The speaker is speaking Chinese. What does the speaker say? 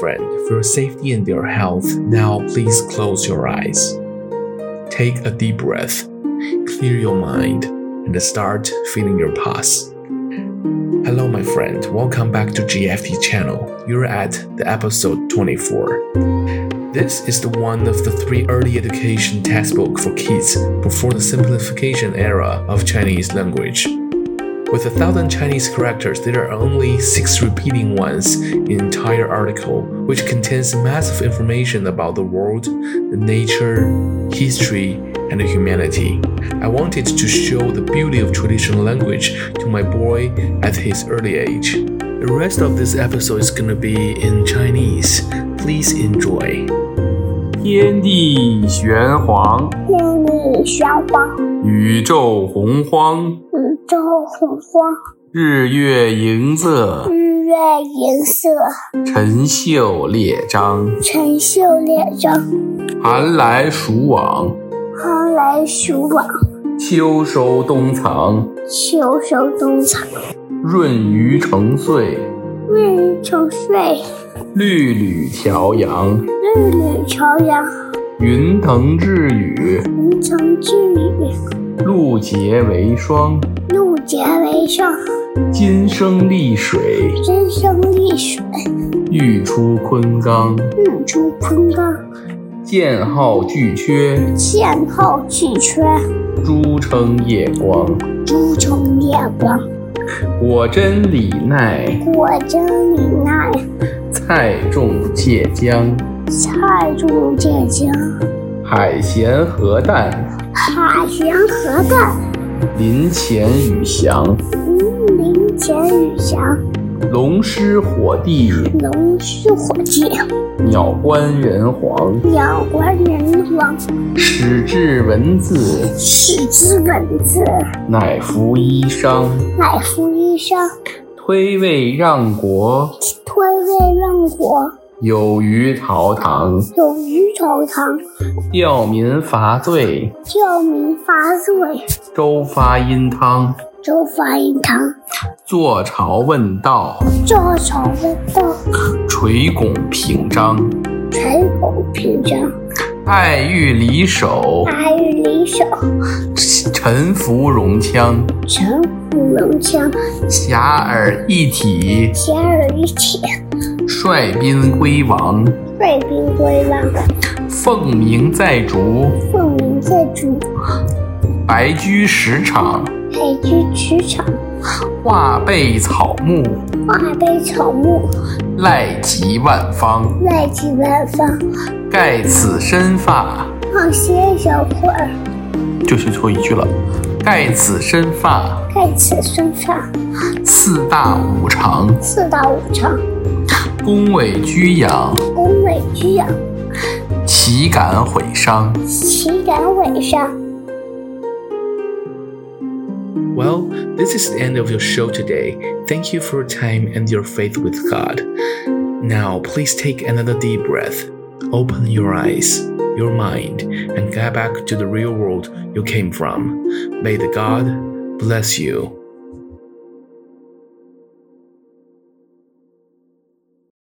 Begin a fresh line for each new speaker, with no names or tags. friend, for your safety and your health, now please close your eyes. Take a deep breath, clear your mind, and start feeling your pulse. Hello, my friend. Welcome back to GFT channel. You're at the episode 24. This is the one of the three early education textbook for kids before the simplification era of Chinese language. With a thousand Chinese characters, there are only six repeating ones in the entire article, which contains massive information about the world, the nature, history, and humanity. I wanted to show the beauty of traditional language to my boy at his early age. The rest of this episode is gonna be in Chinese. Please enjoy.
天地玄黄，
天地玄黄，
宇宙洪荒，
宇宙洪荒，
日月盈仄，
日月盈仄，
辰宿列张，
辰宿列张，
寒来暑往，
寒来暑往，
秋收冬藏，
秋收冬藏，
润于成岁，
润于成岁，
绿缕调阳，
绿缕朝阳，
云腾致雨，
云层聚雨，
露结为霜，
露结为霜，
金生丽水，
金生丽水，
玉出昆冈，
日出昆冈，
剑号巨阙，
剑后巨阙，
珠称夜光。
朱重夜光，
果真李奈，
果真李奈，
菜种芥江，
菜中芥江，
海咸荷淡，
海咸荷淡，
林前雨翔，
云林前雨翔，
龙师火帝，
龙须火鸡，
鸟官人皇，
鸟官人王，
始制文字，
始知文字，
乃服衣裳，
乃服衣裳，
推位让国，
推位让国，
有虞陶唐，
有虞朝堂，
吊民伐罪，
教民伐罪，
周发殷汤，
周法印堂，
坐朝问道，
坐朝问道，
垂拱平章，
垂拱平章，
爱欲离手。
爱欲离手，
沉浮容腔，
成虎龙枪，
遐迩一体，
铁耳一铁，
率宾归王，
瑞宾归王，
凤鸣在竹，
凤鸣在主，
白驹食场，
黑居驰骋，
化被草木，
化悲草木，
赖及万方。
赖及万方。
盖此身发，
放歇小会儿，
就是最后一句了。盖此身发，
盖此身上
四大五常，
四大五常，
宫闱居养，
宫闱居养，
岂敢毁伤？
岂敢违上？
Well, this is the end of your show today. Thank you for your time and your faith with God. Now, please take another deep breath. Open your eyes, your mind, and get back to the real world you came from. May the God bless you.